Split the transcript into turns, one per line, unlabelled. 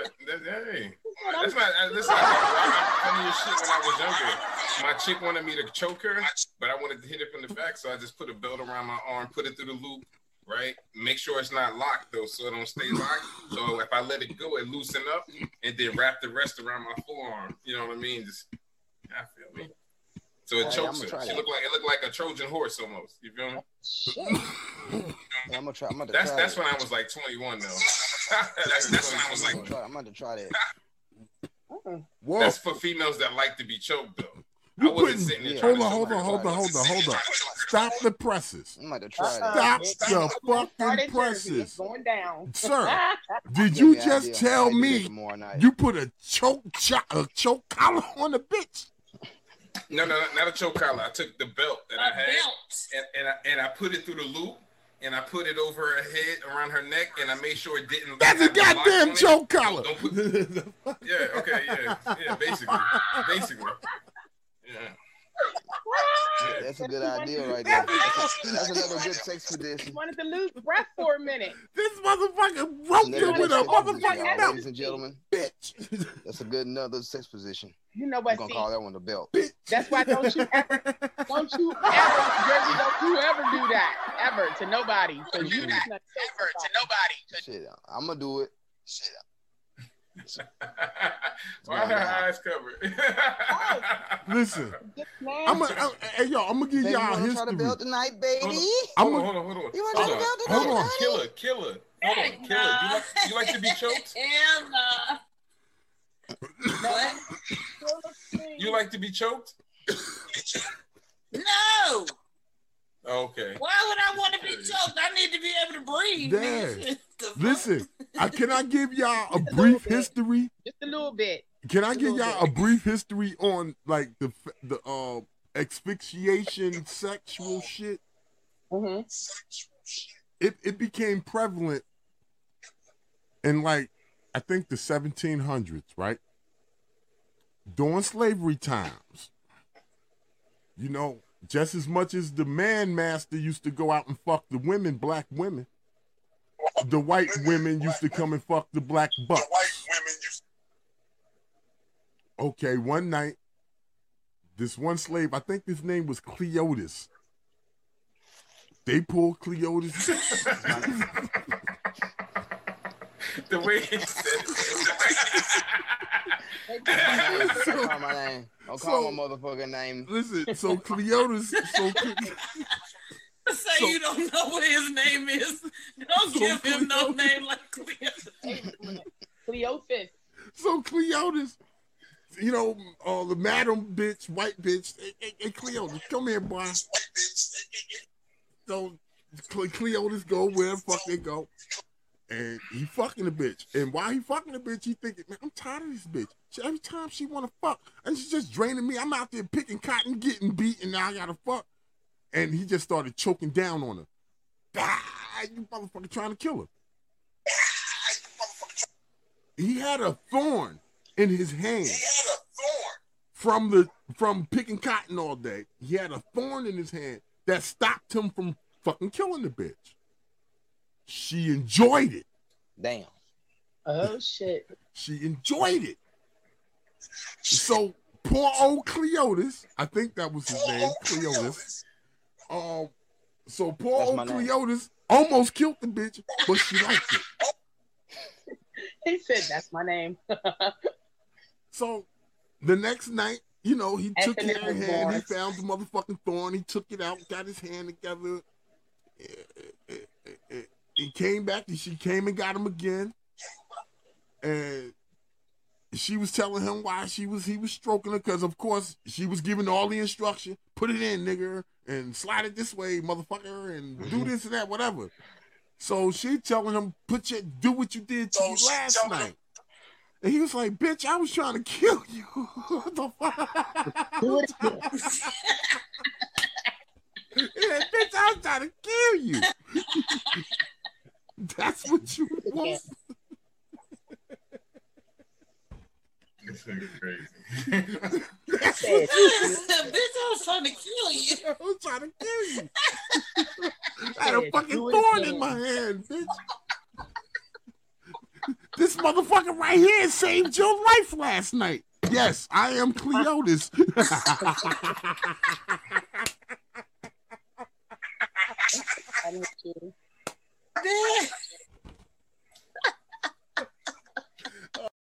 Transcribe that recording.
that, hey, that's not. uh, Listen, I got funny as shit when I was younger. My chick wanted me to choke her, but I wanted to hit it from the back, so I just put a belt around my arm, put it through the loop, right? Make sure it's not locked though, so it don't stay locked. So if I let it go, it loosen up, and then wrap the rest around my forearm. You know what I mean? Just, I feel me. So it
Hey, I'ma
chokes her.
try
She
that.
looked like it looked like a Trojan horse almost. You feel me?
Shit. Yeah, I'm gonna try. I'm gonna
That's
try
that's
it.
when I was like 21 though. that's, that's when I was
I'm
like
gonna try, I'm gonna try that.
Whoa.
That's for females that like to be choked, though.
You
I wasn't
putting-
sitting there.
Hold
trying
on,
to
hold
choke
on, hold on, hold on, hold on. Stop the presses.
I'm gonna try that.
Uh-uh.
Stop
Stop.
the
Started
fucking
Jersey,
presses.
It's going down.
Sir,
Give
did you
me an
just
idea. I
tell
might do that
me
tomorrow night.
you put a choke cho- a choke collar on a bitch?
No, no, no, not a choke collar. I took the belt that I
A
had
belt.
and and I, and I put it through the loop and I put it over her head, around her neck, and I made sure it didn't.
That's a
have lock on
goddamn
it.
choke collar.
Don't put, yeah, okay, yeah, yeah, basically, basically, yeah. yeah.
That's a good idea right there. That's, a- that's another good sex
She
condition.
wanted to lose breath for a minute.
This motherfucker wrote you
Another
with
good
a
sex position,
motherfucking
y'all,
belt,
Ladies and gentlemen,
bitch.
that's a good another sex position.
You know
I'm
what?
gonna
See,
call that one the belt.
that's why don't you ever, don't you ever, Jersey, don't you ever do that ever to nobody. So you just not ever to nobody.
Shit, I'm gonna do it. Shit,
Why are her eyes covered?
Listen,
Just
I'm
now.
a, I'm, hey yo, I'm gonna give
Baby, you
y'all
wanna try the
history.
belt tonight, baby?
I'm
hold on,
gonna
hold on, hold on.
You
hold
wanna
on,
talk about the
hold on.
Illuminati?
Killer, killer. Hold on,
Heck
killer. You
no.
like, you like to be choked?
Hell no. What?
You like to be choked?
No.
Okay.
Why would I want to be choked? I need to be able to breathe.
Yeah.
The fuck?
listen. I can I give y'all a brief history?
just a little bit.
Can I
Just a
give
little
y'all a brief history on like the f- the uh asphyxiation sexual shit?
Mm-hmm.
It it became prevalent in like I think the 1700s, right? During slavery times. You know, just as much as the man master used to go out and fuck the women, black women, the white women used to come and fuck the black bucks. okay, one night, this one slave, I think his name was Cleotis. They pulled Cleotis.
The way he said it.
Don't call my name. Don't call
So-
my motherfucking name.
Listen, so Cleotis, so Cle-
Say
So-
you don't know what his name is. Don't
So
give him no
Cleo-
name like Cleophas.
Cleophas.
so Cleotis, you know, uh, the madam bitch, white bitch, hey, hey, hey, Cleotis, come here, boy. So Cle- Cleotis go where the fuck they go, and he fucking the bitch. And while he fucking the bitch, he thinking, man, I'm tired of this bitch. She- Every time she wanna fuck, and she's just draining me. I'm out there picking cotton, getting beat, and now I gotta fuck. And he just started choking down on her. Ah, you motherfucker trying to kill her. He had a thorn in his hand. From the from picking cotton all day, he had a thorn in his hand that stopped him from fucking killing the bitch. She enjoyed it.
Damn.
Oh shit.
She enjoyed it. So poor old Cleotis, I think that was his name, Cleotis. Um, so poor
That's
old
my name.
Cleotis almost killed the bitch, but she liked it.
He said that's my name.
So the next night, you know, he
And
took
then
it
it
out of
was
hand. He
born.
found the motherfucking thorn. He took it out, got his hand together. Eh, eh, eh, eh, He came back and she came and got him again. And she was telling him why she was he was stroking her because of course she was giving all the instruction. Put it in, nigger, and slide it this way, motherfucker, and do this and that, whatever. So she telling him, put your do what you did to me last night. And he was like, bitch, I was trying to kill you. what the fuck?
Do it again.
Yeah, bitch, I was trying to kill you. That's what you want.
This nigga crazy.
That's
Said,
what
Bitch, I was trying to kill you.
I was trying to kill you. I had a
Said,
fucking
"Do it
thorn
again."
in my hand, bitch. This motherfucker right here saved your life last night. Yes, I am Cleotis.
I'm with you.